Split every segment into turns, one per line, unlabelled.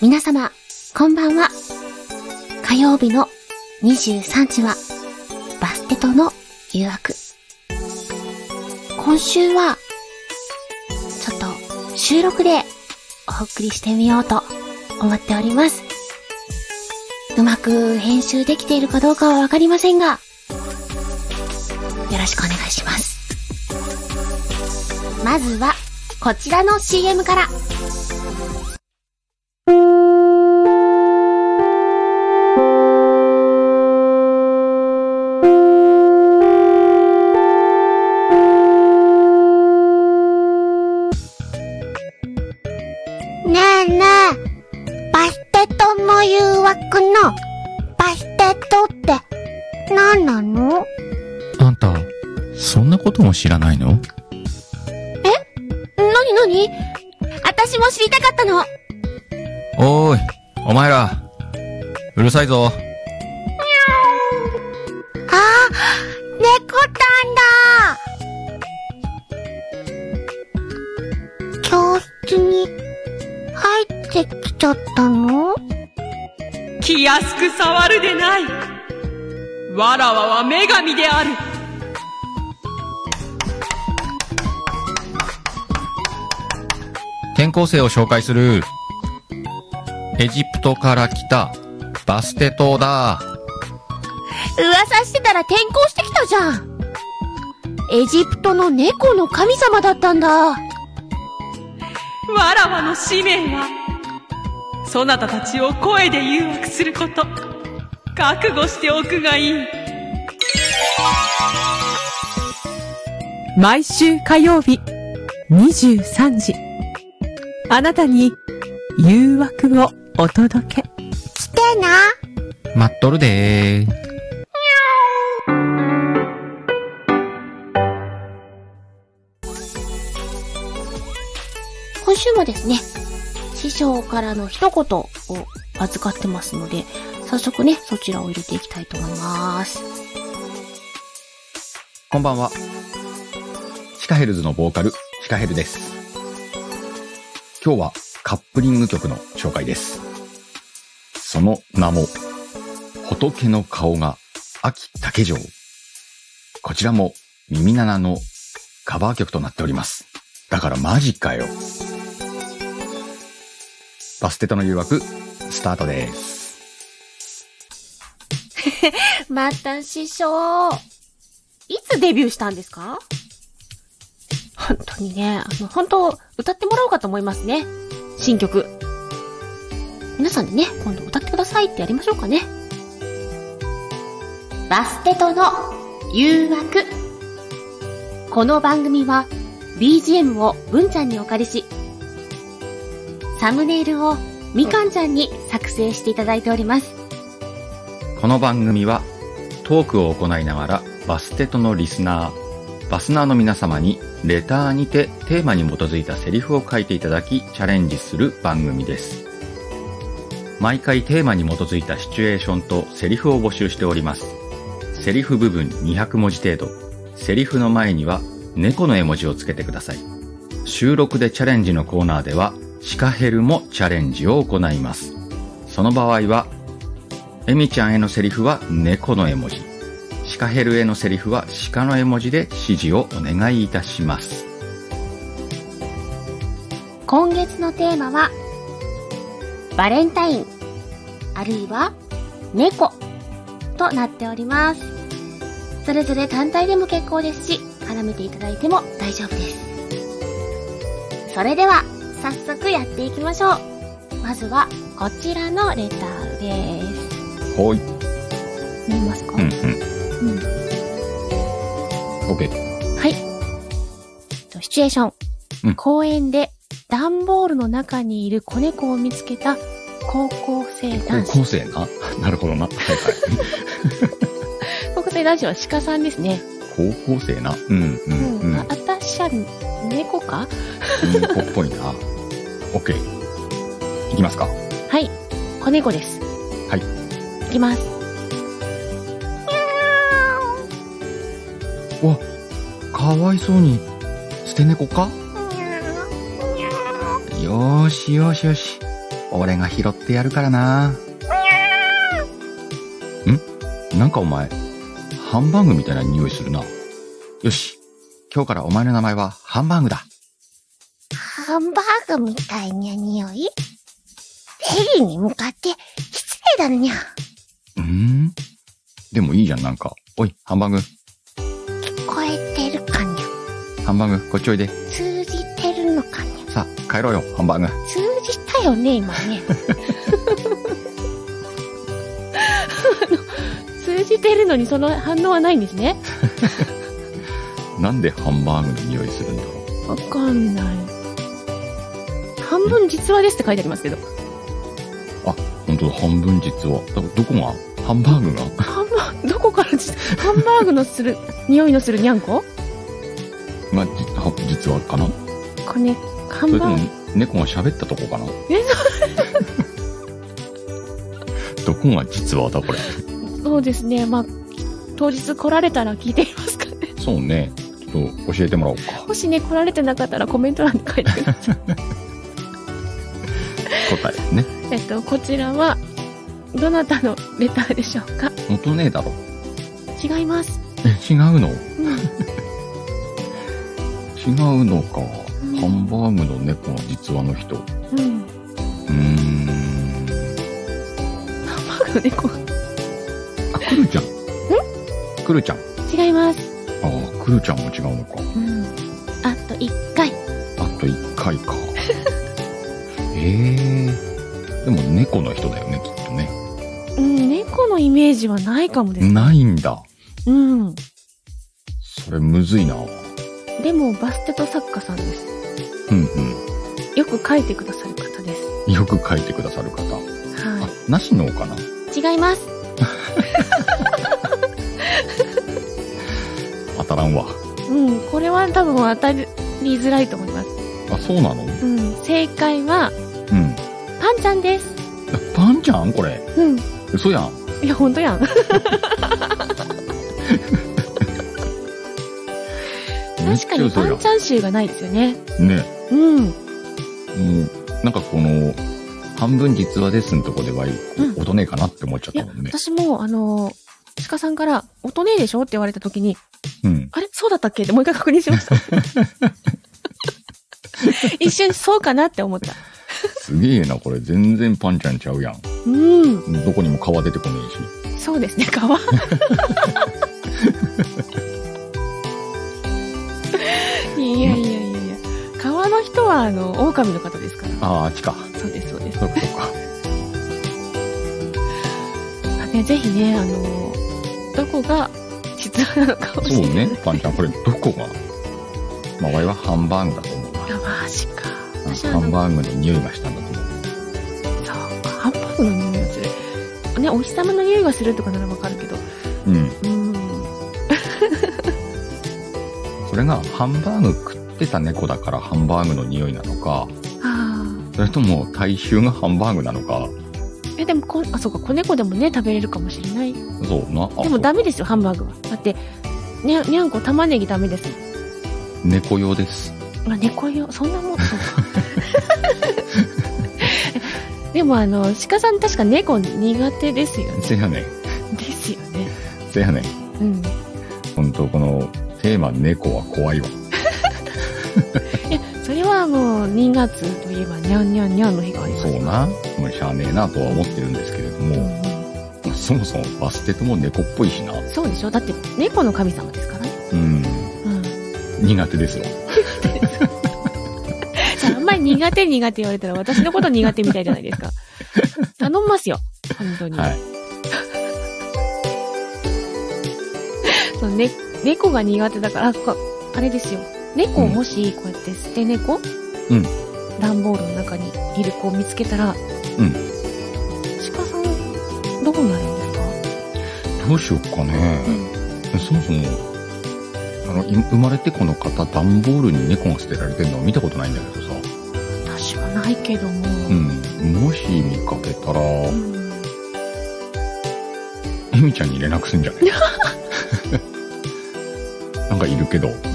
皆様、こんばんは。火曜日の23時は、バステとの誘惑。今週は、ちょっと収録でお送りしてみようと思っております。うまく編集できているかどうかはわかりませんが、よろしくお願いします。まずは、こちらの CM から。
ねえねえ、バステットの誘惑のバステットって何なの
あんた、そんなことも知らないの
なになに私も知りたかったの。
おーい、お前ら。うるさいぞ。
ああ、猫たんだ教室に入ってきちゃったの
気安く触るでない。わらわは女神である。
転校生を紹介する。エジプトから来た、バステ島だ。
噂してたら転校してきたじゃん。エジプトの猫の神様だったんだ。
わらわの使命は、そなたたちを声で誘惑すること。覚悟しておくがいい。
毎週火曜日23時。あなたに誘惑をお届け。
来てな。
待っとるでー。
今週もですね、師匠からの一言を預かってますので、早速ね、そちらを入れていきたいと思います。
こんばんは。シカヘルズのボーカル、シカヘルです。今日はカップリング曲の紹介です。その名も、仏の顔が秋竹城。こちらも耳ななのカバー曲となっております。だからマジかよ。バステとの誘惑、スタートです。
また師匠。いつデビューしたんですか本当にね、あの、本当、歌ってもらおうかと思いますね。新曲。皆さんでね、今度歌ってくださいってやりましょうかね。バステとの誘惑。この番組は BGM を文ちゃんにお借りし、サムネイルをみかんちゃんに作成していただいております。
この番組はトークを行いながらバステとのリスナー、バスナーの皆様にレターにてテーマに基づいたセリフを書いていただきチャレンジする番組です。毎回テーマに基づいたシチュエーションとセリフを募集しております。セリフ部分200文字程度、セリフの前には猫の絵文字をつけてください。収録でチャレンジのコーナーではシカヘルもチャレンジを行います。その場合はエミちゃんへのセリフは猫の絵文字。シカヘルへのセリフは鹿の絵文字で指示をお願いいたします。
今月のテーマは、バレンタイン、あるいは、猫、となっております。それぞれ単体でも結構ですし、絡めていただいても大丈夫です。それでは、早速やっていきましょう。まずは、こちらのレターです。
ほい。
見えますか、
うんうん。
うん
OK。
はい。とシチュエーション。
うん
公園で段ボールの中にいる子猫を見つけた高校生男子。
高校生ななるほどな。はいは
高校生男子は鹿さんですね。
い。高校生な。うんう
うん
うん。
ああたしゃ、猫か
猫っぽいな。OK。いきますか。
はい。子猫です。。
はい
いきます。
わ、かわいそうに。捨て猫かよーしよーしよし。俺が拾ってやるからな。んなんかお前、ハンバーグみたいな匂いするな。よし。今日からお前の名前はハンバーグだ。
ハンバーグみたいな匂いヘリに向かって失礼だにゃ。
うーん。でもいいじゃん、なんか。おい、ハンバーグ。
聞こえてるかにゃ。
ハンバーグ、こっちおいで。
通じてるのかにゃ。
さあ、帰ろうよ、ハンバーグ。
通じたよね、今ね。
通じてるのにその反応はないんですね。
なんでハンバーグの匂いするんだろう。
わかんない。半分実話ですって書いてありますけど。
ほんとだ、半分実は。だからどこがハンバーグが
ハンバーグ、どこから 実、ハンバーグのする、匂いのするにゃんこ
まあ、じは実はかな
これね、ハ
そ
ン
れと
バ
も
ーグ、
猫が喋ったとこかな
え
どこが実はだ、これ。
そうですね、まあ、当日来られたら聞いてみますかね。
そうね。ちょっと教えてもらおうか。
もしね、来られてなかったらコメント欄に書いてくだ さい。
答えね。
えっと、こちらは、どなたのレターでしょうか
元ねえだろ。
違います。
え、違
うん。
うの違うのか。ハンバーグの猫の実話の人。う
うん。
ーん。
ハンバーグの猫
あ、くるちゃん。くるちゃん。あ
違います。
あ、くるちゃんも違うのか。
うん。あと1回。
あと一回か。 ええでも猫の人だよね、きっとね。
うん、猫のイメージはないかもです。
ないんだ。
うん。
それむずいな。うん
でも、バステト作家さんです。
う
よく書いてくださる方です。
ん。よく書いてくださる方。あ
は、。
なしのかない
違います。
当たらんわ。
うん、これは多分当たりづらいと思います。
あ、そうなのうん。
うん、正解は、
あ
パンちゃんです。
パンちゃんこれ。
うん。
嘘やん。
いや、ほんとやん。確かにパンち
めっちゃ嘘
ゃん集がないですよね。
やん。ね。
うん。
もう、なんかこの、半分実話ですんとこではいい、
うん
音ねえかなって思っちゃったもんね。
私も、あのー鹿さんから、音ねえでしょって言われた時に、
うん。
あれそうだったっけってもう一回確認し ました。一瞬そうかなって思った。
すげえな、これ。全然パンちゃんちゃうやん。
うん。
どこにも皮出てこねえし。
そうですね、 川。いやいやいやいや。川の人は、あの、狼の方ですから。
ああ、あっちか。
そうです、そうです。
そっかそっか。
あね、ぜひね、あの、どこが実話なのか教
そ
え
う
てください
ね。パンちゃん、これどこがまあ、我々はハンバーグだと思うな。
あ、マジか。私は
ハ
あ
ン
の、
バーグの匂いがしたんだと思う。
そうか、ハンバーグの匂いがする。ね、お日様の匂いがするとかならわかるけど。
うん。
うん。
それがハンバーグ食ってた猫だからハンバーグの匂いなのか、
あ
それとも大衆がハンバーグなのか、
あ。え、でもこ、あ、そうか、子猫でもね、食べれるかもしれない。で
そうな。あ
もダメですよ、ハンバーグは。だって、にゃにゃんこ玉ねぎダメですもん
猫用です。
あ猫用そんなもんそうか でもあの鹿さん確か猫苦手ですよね
せやねん。
ですよね
せやねん。
うん
ほんと、このテーマ猫は怖いわ。
それはもう2月といえばにゃんにゃんにゃんの日があります
そうな。もうしゃあねえなとは思ってるんですけれど
う
も、
ん
そもそもバステとも猫っぽいしな。
うんそうでしょだって猫の神様ですからね
うん。
うんじ
苦手ですよ。
ゃああんまり苦手苦手言われたら私のこと苦手みたいじゃないです か頼みますよ本当に、
はい。
そのね猫が苦手だからあこあれですよ猫をもしこうやって捨て猫、
うん
段ボールの中にいる子を見つけたら、
うん
鹿さんどうなるんですか、
どうしよっかね。そもそも、あの、い生まれてこの方、段ボールに猫が捨てられてるのは見たことないんだけどさ。
私はないけども、
うん。もし見かけたら、え
うん
みちゃんに連絡すんじゃない なんかいるけど、みたいな。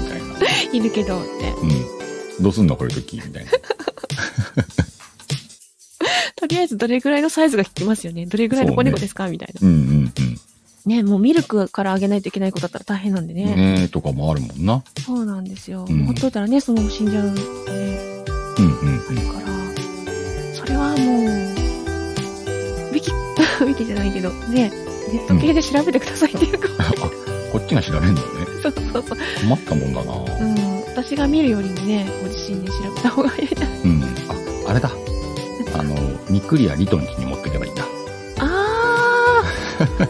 いるけどって
うん。どうすんのこういう時、みたいな。
とりあえずどれぐらいのサイズが聞きますよね。どれぐらいの子猫ですかみたいな。
うんうんうん。
ね、もうミルクからあげないといけない子だったら大変なんでね。
ねえとかもあるもんな。
そうなんですよ。
うん
もうほっといたらね、そのまま死んじゃうね、
うんうん
あるから。それはもう、ウィキ、 ウィキじゃないけど、ね、ネット系で調べてくださいっていうか、
あ、こっちが調べんだね。
そうそうそう。
困ったもんだな。
うん、私が見るよりもね、ご自身で調べた方が いいな。
うん。あ、あれだ。あの、ミクリやリトンチに持っていけばいいんだ。
あー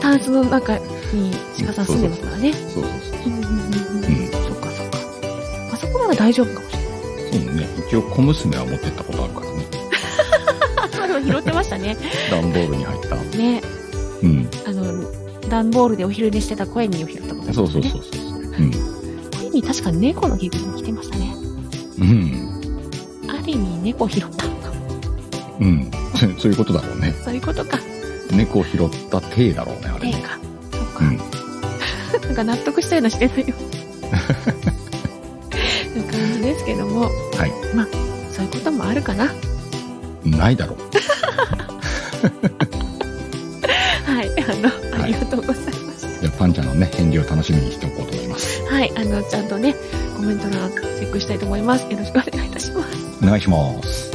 タンスの中に鹿さん住んでますからね。
そうそうそう。
うんうんうんうん
うん。
そっかそっか。あそこなら大丈夫かもしれない。
そうね。一応、小娘は持ってったことあるか
あ、で
らね。
も拾ってましたね。
段ボールに入った。
ね、
うん。
あの、段ボールでお昼寝してた声にを拾ったことありました
そ
ね。
うそうそうそう。うん。
声に確か猫の着ぐるみ着てましたね。
うん。
ある意味猫拾った。
うん。そういうことだろうね。
そういうことか。
猫を拾った体だろうね、あれ
霊
ね。
か。そう
う
か。
ん。
なんか納得したようなして ないよ。な感じですけども。
はい。
まあ、そういうこともあるかな。
ないだろう。
はい。あの、ありがとうございました。
じゃあ、パンちゃんのね、返事を楽しみにしておこうと思います。
はい、あの、ちゃんとね、コメント欄チェックしたいと思います。よろしくお願いいたします。
お願いします。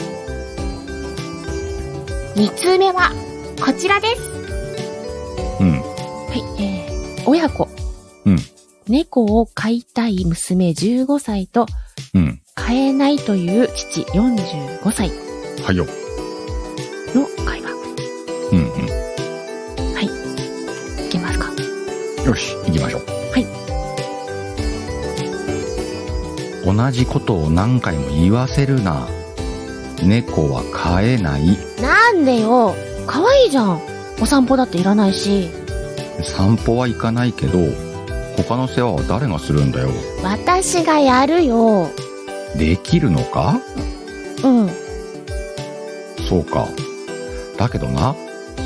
2通目は、こちらです。
うん。
はい、えー、親子。
うん
猫を飼いたい娘15歳と、
うん。
飼えないという父45歳
はいよ。
の会話。
うんう
いけますか
ん。よし、行きましょう。
はい。
同じことを何回も言わせるな。猫は飼えない。
なんでよ可愛いじゃんお散歩だっていらないし、
散歩は行かないけど、他の世話は誰がするんだよ。
私がやるよ。
できるのか
うん。
そうか。だけどな、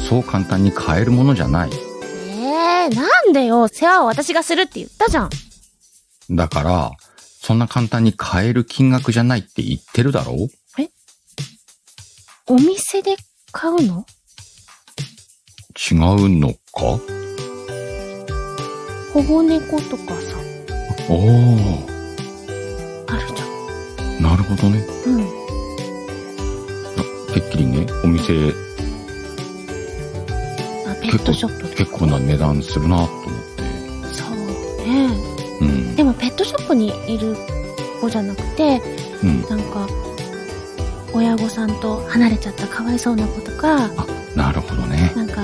そう簡単に飼えるものじゃない。
えー、なんでよ世話を私がするって言ったじゃん。
だから、そんな簡単に買える金額じゃないって言ってるだろう
お店で買うの
違うのか
保護猫とかさ、
おー、
あるじゃん。
なるほどね。
うん。
てっきりね、お店
あ、ペットショップで。
結構な値段するなと思って。
そうね。
うん。
でもペットショップにいる子じゃなくて、
うん。
なんか、親御さんと離れちゃったかわいそうな子とか、
なるほどね。
なんか、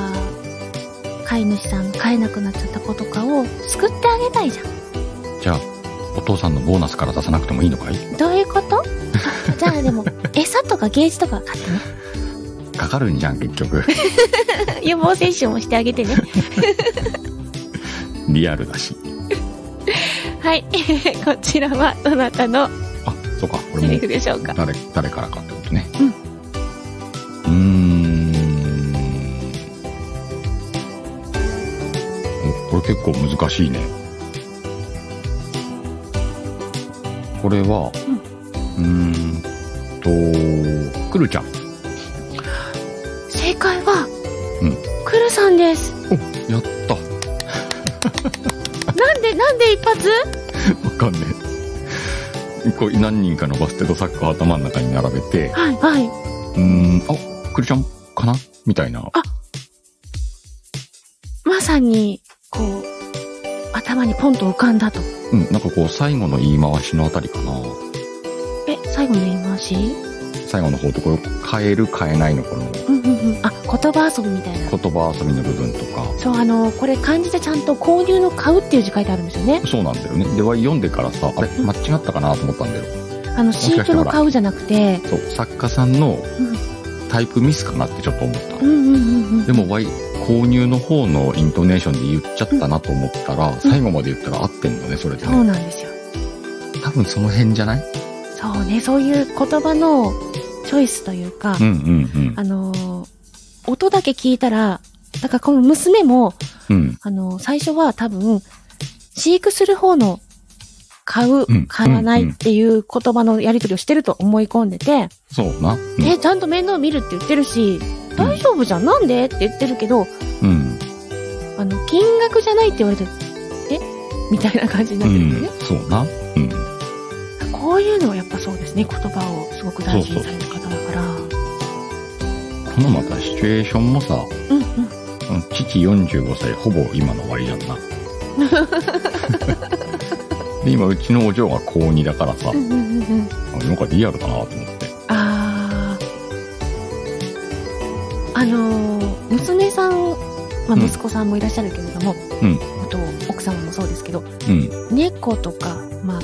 飼い主さんが飼えなくなっちゃった子とかを救ってあげたいじゃん。
じゃあ、お父さんのボーナスから出さなくてもいいのかい
どういうこと じゃあでも、餌とかゲージとか買ってね。
かかるんじゃん、結 局。
予防接種もしてあげ てね。
リアルだし。
はい、こちらはどなたの
あ、そうか、こ
セ
れ
リ
も
フでしょうか。
誰、誰からかってことね。うん。ーん。おこれ結構難しいね。これは、うーんと、くるちゃん。
正解は、
うん
クルさんです。
やった。わ
なんで、なんで一発
かんねえ。こう何人かのバステトサッカーを頭の中に並べて、
はい、はい。
うーん、あ、くるちゃんかなみたいな。
まさに、こう、頭にポンと浮かんだと。
うん、なんかこう、最後の言い回しのあたりかな。
え、最後の言い回し
最後の方とこれ変える変えないのこの
うんうんうん。あ、言葉遊びみたいな。
言葉遊びの部分とか
そう、あの、これ漢字でちゃんと購入の買うっていう字書いてあるんですよね。
そうなんだよねでは読んでからさあれ間違ったかなと思ったんだよ
あの、シートの買うじゃなくて、
そう作家さん
う
の
ん
タイプミスかなってちょっと思っ
うんうんうんうん。
たでも Y 購入の方のイントネーションで言っちゃったなと思ったら最後まで言ったら合ってんのねそれで
そう
ね
なんですよ。
多分その辺じゃない
そうね、そういう言葉のチョイスというか、
うんうん
あのー音だけ聞いたら、だからこの娘も、
うんうん
あのー最初は多分、飼育する方の
買う
うん、
買わな
うん
い
うん
っていう言葉のやり取りをしてると思い込んでて、
そうな。
え、ちゃんと面倒見るって言ってるし、大丈夫じゃん、なんでって言ってるけど、
うん。
あの、金額じゃないって言われて、えみたいな感じにな
う
ってるん
ん
で。
そうな。うん。
すね。こういうのはやっぱそうですね、言葉をすごく大事にされる方だから。
このまたシチュエーションもさ、
うんうん。
うん父45歳、ほぼ今の終わりじゃん な。で、今、うちのお嬢が高2だからさ、
うんうんうんうん。
あなんかリアルだなと思って。
あーあのー娘さん、まあ、
うん
息子さんもいらっしゃるけれども、
うん
あと奥様もそうですけど
うん。
猫とかまあ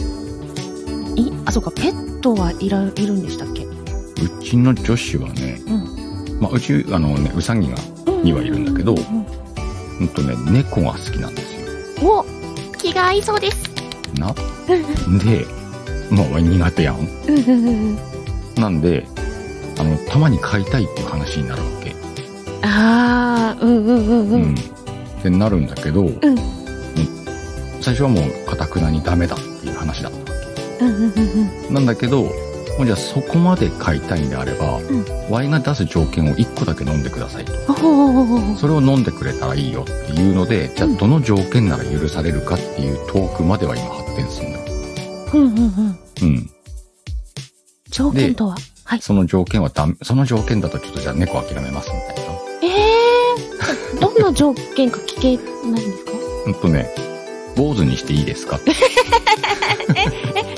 いあそうかペットはいらいるんでしたっけ、う
うちの女子はね、まあ、うち、あのね、うさぎが、にはいるんだけど
うん
ほんとね、猫が好きなんです
お、
よ。
気が合いそうです。
な。で、まあ、俺苦手やん。
うんうんうんうん
なんで、あの、たまに飼いたいっていう話になるわけ。
ああうんうんうんう
うんってなるんだけど、うん最初はもう、かたくなにダメだっていう話だったわけ。
うんうんうん
なんだけど、もうじゃあそこまで買いたいんであれば、ワインが出す条件を1個だけ飲んでくださいと。
おほほほほ
それを飲んでくれたらいいよっていうので、じゃあどの条件なら許されるかっていうトークまでは今発展するんだよ。
うんうんうん
うん。
条件とははい
その条件はダメ、その条件だとちょっとじゃあ猫諦めますみたいな。
ええー、どんな条件か聞けないんですか
うんとね、坊主にしていいですかって。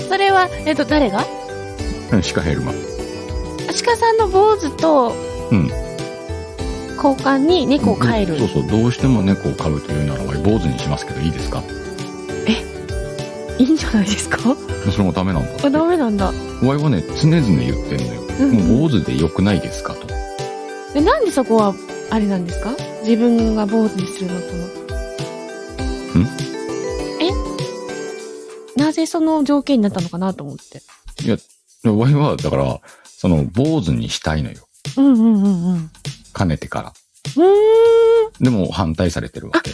それはえっと誰が
うんシカヘルマン。
鹿さんの坊主と
うん
交換に猫を飼える、
そうそう、どうしても猫を飼うというならワイ坊主にしますけどいいですか
いいんじゃないですか
それもダメなんだって。
あダメなんだ、
ワイはね、常々言ってんだよ。
うん
もう坊主で良くないですかと。
えなんでそこはあれなんですか自分が坊主にするのとの
ん
えなぜその条件になったのかなと思って
でワイは、だから、その、坊主にしたいのよ。
うんうんうんうんう
かねてか
ー
ら。
ん
でも、反対されてるわけ。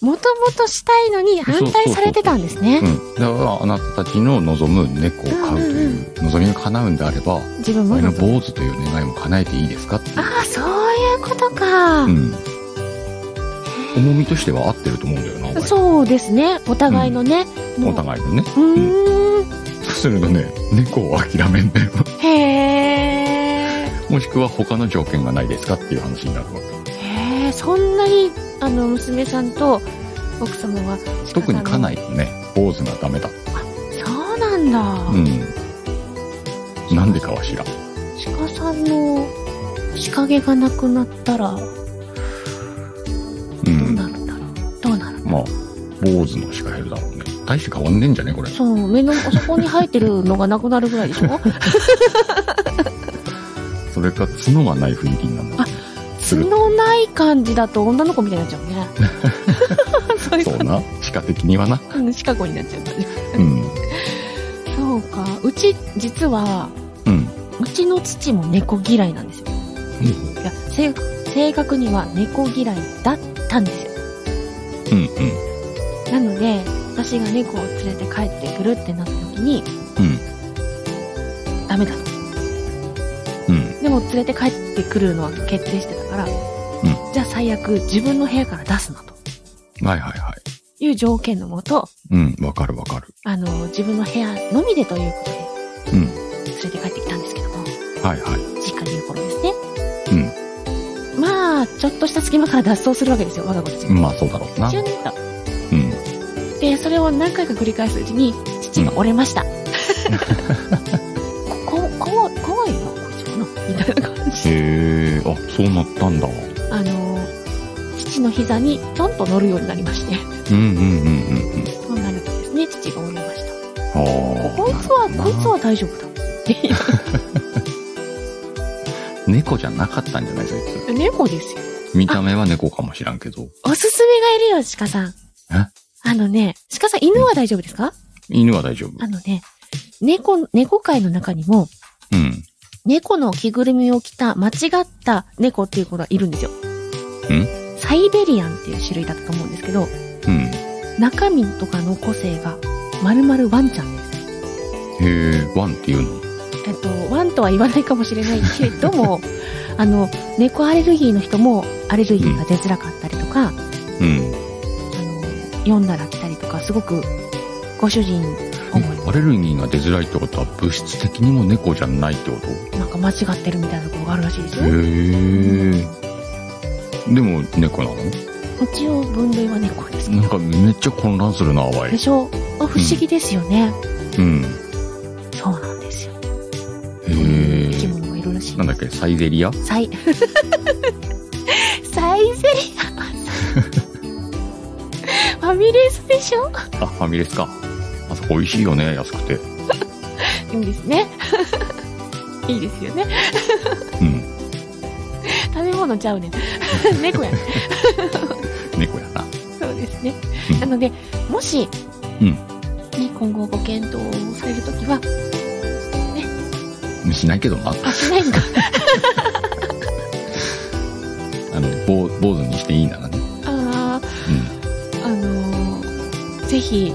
もともとしたいのに反対されてたんですね
うん。だから、あなたたちの望む猫を飼うという望みが叶うんであれば、
自分も
ワイの
あ
坊主という願いも叶えていいですかっていう。
あそういうことか、
うん。重みとしては合ってると思うんだよな、ワイ
そうですねお互いのね、もう
お互いにね。
うーん
そうするとね、猫を諦めんだよ。
へー
もしくは他の条件がないですかっていう話になるわけ。
へーそんなにあの娘さんと奥様は
特に家
い
内のね、坊主がダメだ。
そうなんだ、
うん。なんでかは知らん。
鹿さんの仕掛けがなくなったらど
う。
うなんるんだろう、どうなる
まあ、坊主のシカヘルだろうね。大して変わんねえんじゃねこれ。
そう目のあそこに生えてるのがなくなるぐらいでし ょ
それか、角がない雰囲気になるんだ。
角ない感じだと女の子みたいになっちゃうね そういう
そ
こ
うな。シカ的にはな。
とうんシカゴになっちゃうからね
うん。
そうかうち実は
うん。
うちの父も猫嫌いなんですよ
うん。
いや正正確には猫嫌いだったんですよ
うん。
なので私が猫を連れて帰ってくるってなった時に
うん。
ダメだと
うん。
でも連れて帰ってくるのは決定してたから、
ん
じゃあ最悪自分の部屋から出すなと
うん。はいはいはい。
いう条件のもと
うん。わかるわかる。
あの自分の部屋のみでということで、
うん
連れて帰ってきたんですけども
はいはい。
実家にいる頃ですねまあちょっとした隙間から脱走するわけですよ我が子たち
う
が
ん。まあそうだろうな
チ。ュンと
うん。
でそれを何回か繰り返すうちに父が折れま した、こここう怖いよこいつかなみたいな感じで
へえ、あ、そうなったんだ。う
あの父の膝にちょんと乗るようになりまして
んうんうんうんうん。
そうなるとですね父が折れました
ああ。
こいつは、
なるほどな
こいつは大丈夫だ。
猫じゃなかったんじゃないそい
猫ですよ。
つ。見た目は猫かもしらんけど。
おすすめがいるよ、鹿さん。
え
あのね、鹿さん、犬は大丈夫ですか
犬は大丈夫。
あのね、猫、猫界の中にも、
うん。
猫の着ぐるみを着た間違った猫っていう子がいるんですよ。
ん
サイベリアンっていう種類だったと思うんですけど、
うん。
中身とかの個性がまるまるワンちゃんです。
へえ、ワンっていうの
えっと、ワンとは言わないかもしれないけれど も、あの、猫アレルギーの人もアレルギーが出づらかったりとか、
うん。
あの、読んだら来たりとか、すごくご主人思
えアレルギーが出づらいってことは物質的にも猫じゃないってこと
い、なんか間違ってるみたいなところがあるらしいです
へ
よ。
え。でも猫なの
一応分類は猫ですけ
なん
ど。
かめっちゃ混乱するな、ワ
で
イ。
しょあ不思議ですよね。
うん。
そうなんですよ。
へ
生き
え。
物がいるらしい。
なんだっけ、サイゼリア
サイ、サイゼリア。ファミレスでしょ
あ、ファミレスか。あそこ美味しいよね、安くて。
いいんですね。いいですよね。
うん。
食べ物ちゃうねん。 猫やね。
猫やな。
そうですね
うん。
なので、もし、
うん
ね、今後ご検討されるときは、
しないけどな。
あ、しないんか。
あの、坊坊主にしていいならね。
ああ、あのーぜひ、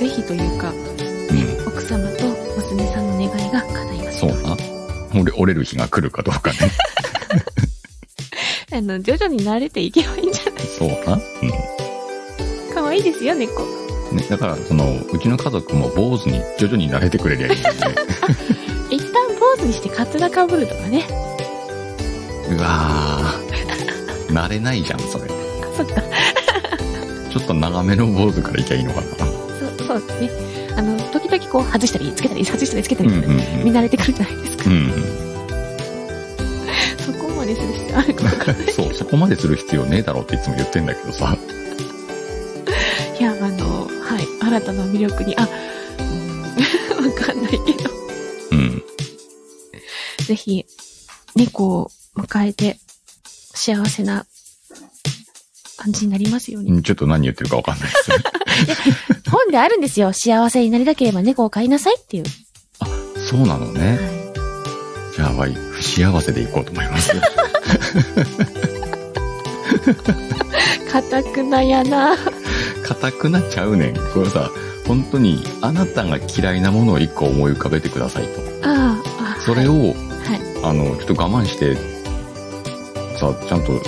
ぜひというか、
うん。うん。
奥様と娘さんの願いが叶いまし
そ
た。
うな。折れ折れる日が来るかどうかね。
あの、徐々に慣れていけばいいんじゃな
そうな。うん。
いかわいいですよ、猫。
ね、だから、その、うちの家族も坊主に徐々に慣れてくれりゃいいんで。
一旦坊主にしてカツラかぶるとかね。
うわー。慣れないじゃん、それ。ち
あ、そっか。
ょっと長めの坊主からいきゃいいのかな。
そう、そうですね。あの、時々こう、外したり、つけたり、外したり、つけた
うん
り、
うんうん。
見慣れてくるじゃないですか。
うん
そこまでする必要ある かわかんな
う
い
ん。そう、そこまでする必要ねえだろうっていつも言ってんだけどさ。
いや、あの、はい、新たな魅力に、あ、うん わかんないけど、
うん。
ぜひ、猫を迎えて、幸せな感じになりますよう
う
に。
んちょっと何言ってるかわかんないです。
本であるんですよ。幸せになりたければ猫を飼いなさいっていう。
そうなのね。
は
じゃあ、ワイ、不幸せでいこうと思い ます。
い。かたくなやな。
硬くなっちゃうねん。これさ、本当に、あなたが嫌いなものを一個思い浮かべてくださいと。
ああ、あ
それを、
はい。
あの、ちょっと我慢して、さ、ちゃんと、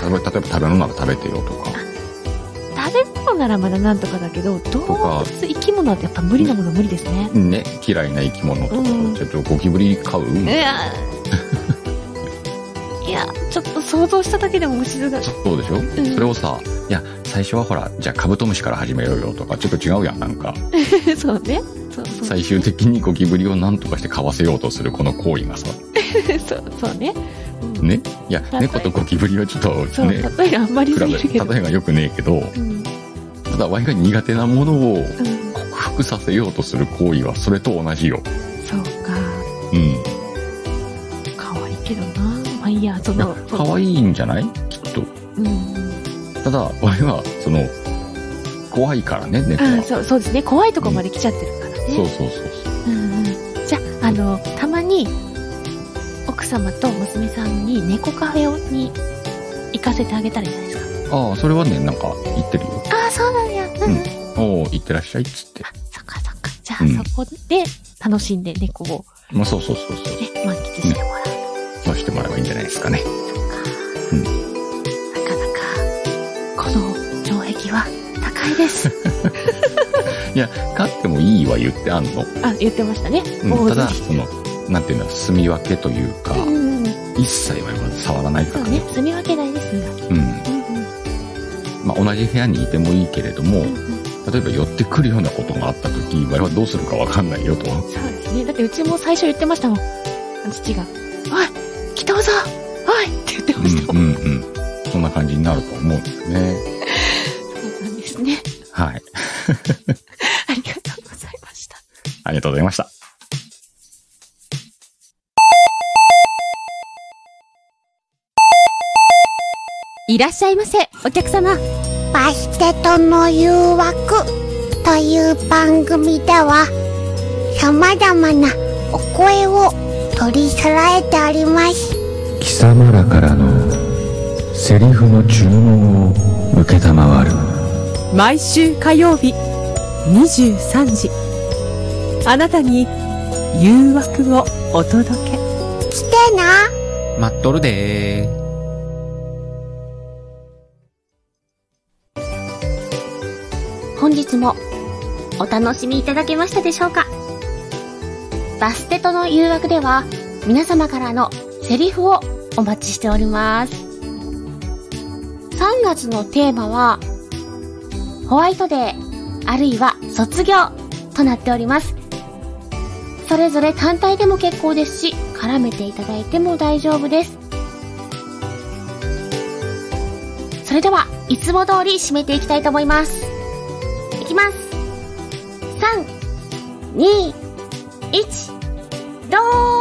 た例えば食べるなら食べてよとか、
食べ物ならまだなんとかだけど、動物、生き物ってやっぱ無理なもの無理ですね。
ね、嫌いな生き物とか、
うん
ちょっとゴキブリ飼う
いや、いや、ちょっと想像しただけでも静 か。
そうでしょ、
ん
それをさ、いや、最初はほら、じゃあカブトムシから始めようよとか、ちょっと違うやん、なんか。
そうね。そうそう。
最終的にゴキブリを何とかして飼わせようとするこの行為がさ、
そうそうね。うん
ね。いや、
え
猫とゴキブリはちょっと
そう、
ね、
例えがあんまり
比
すぎるけ
べ、
ど。
例えが良くねえけど、
うんうん
ただワイが苦手なものを克服させようとする行為はそれと同じよ。
そうか。
うん。
可愛いけどな。まあいいや、その。その
可愛いんじゃないきっと。
うんうん。
ただ、我々は、その、怖いからね、猫
あ
は。
そう、そうですね。怖いとこまで来ちゃってるからね。
そうそうそうそう。
うんうん。じゃあ、あの、たまに、奥様と娘さんに猫カフェをに行かせてあげたらいいじゃないです
ああ、それはね、なんか、言ってるよ。
か。ああ、そうなんや。うん。
うんおお、行ってらっしゃい、っつって。
そっかそっか。じゃあ、
うん
そこで楽しんで猫を
まあ、そうそうそうそう。
ね、満喫してもらうと
そうしてもらえばいいんじゃないですかね。
か。
うん
なかなか、この城壁は高いです。
勝ってもいいは言ってあんの。
あ、言ってましたね。
う
も
ん、
う
ただ、
ぜ
その、なんていうんだ、住み分けというか
ひ、うんうんうん。
一切は触らないか
そう
ら
ね
ね。。
住み分けないですよ。
う
う
ん。
んうん
まあ、同じ部屋にいてもいいけれど
う
も、
んうん。
例えば寄ってくるようなことがあった時、我々はどうするかわかんないよと。
そうですね。だってうちも最初言ってましたもん。父が。おい来たぞおいって言ってましたも。
うんんうんうん。そんな感じになると思うんですね。
そうなんですね。
はい。
ありがとうございました。
ありがとうございました。
いらっしゃいませ、お客様。
バステとの誘惑という番組では様々なお声を取り揃えております。
貴様らからのセリフの注文を承る
毎週火曜日23時あなたに誘惑をお届け
来てな。
待っとるでー。
本日もお楽しみいただけましたでしょうかバステとの誘惑では皆様からのセリフをお待ちしております。3月のテーマはホワイトデーあるいは卒業となっております。それぞれ単体でも結構ですし、絡めていただいても大丈夫です。それでは、いつも通り締めていきたいと思います。いきます。3、2、1、ドーン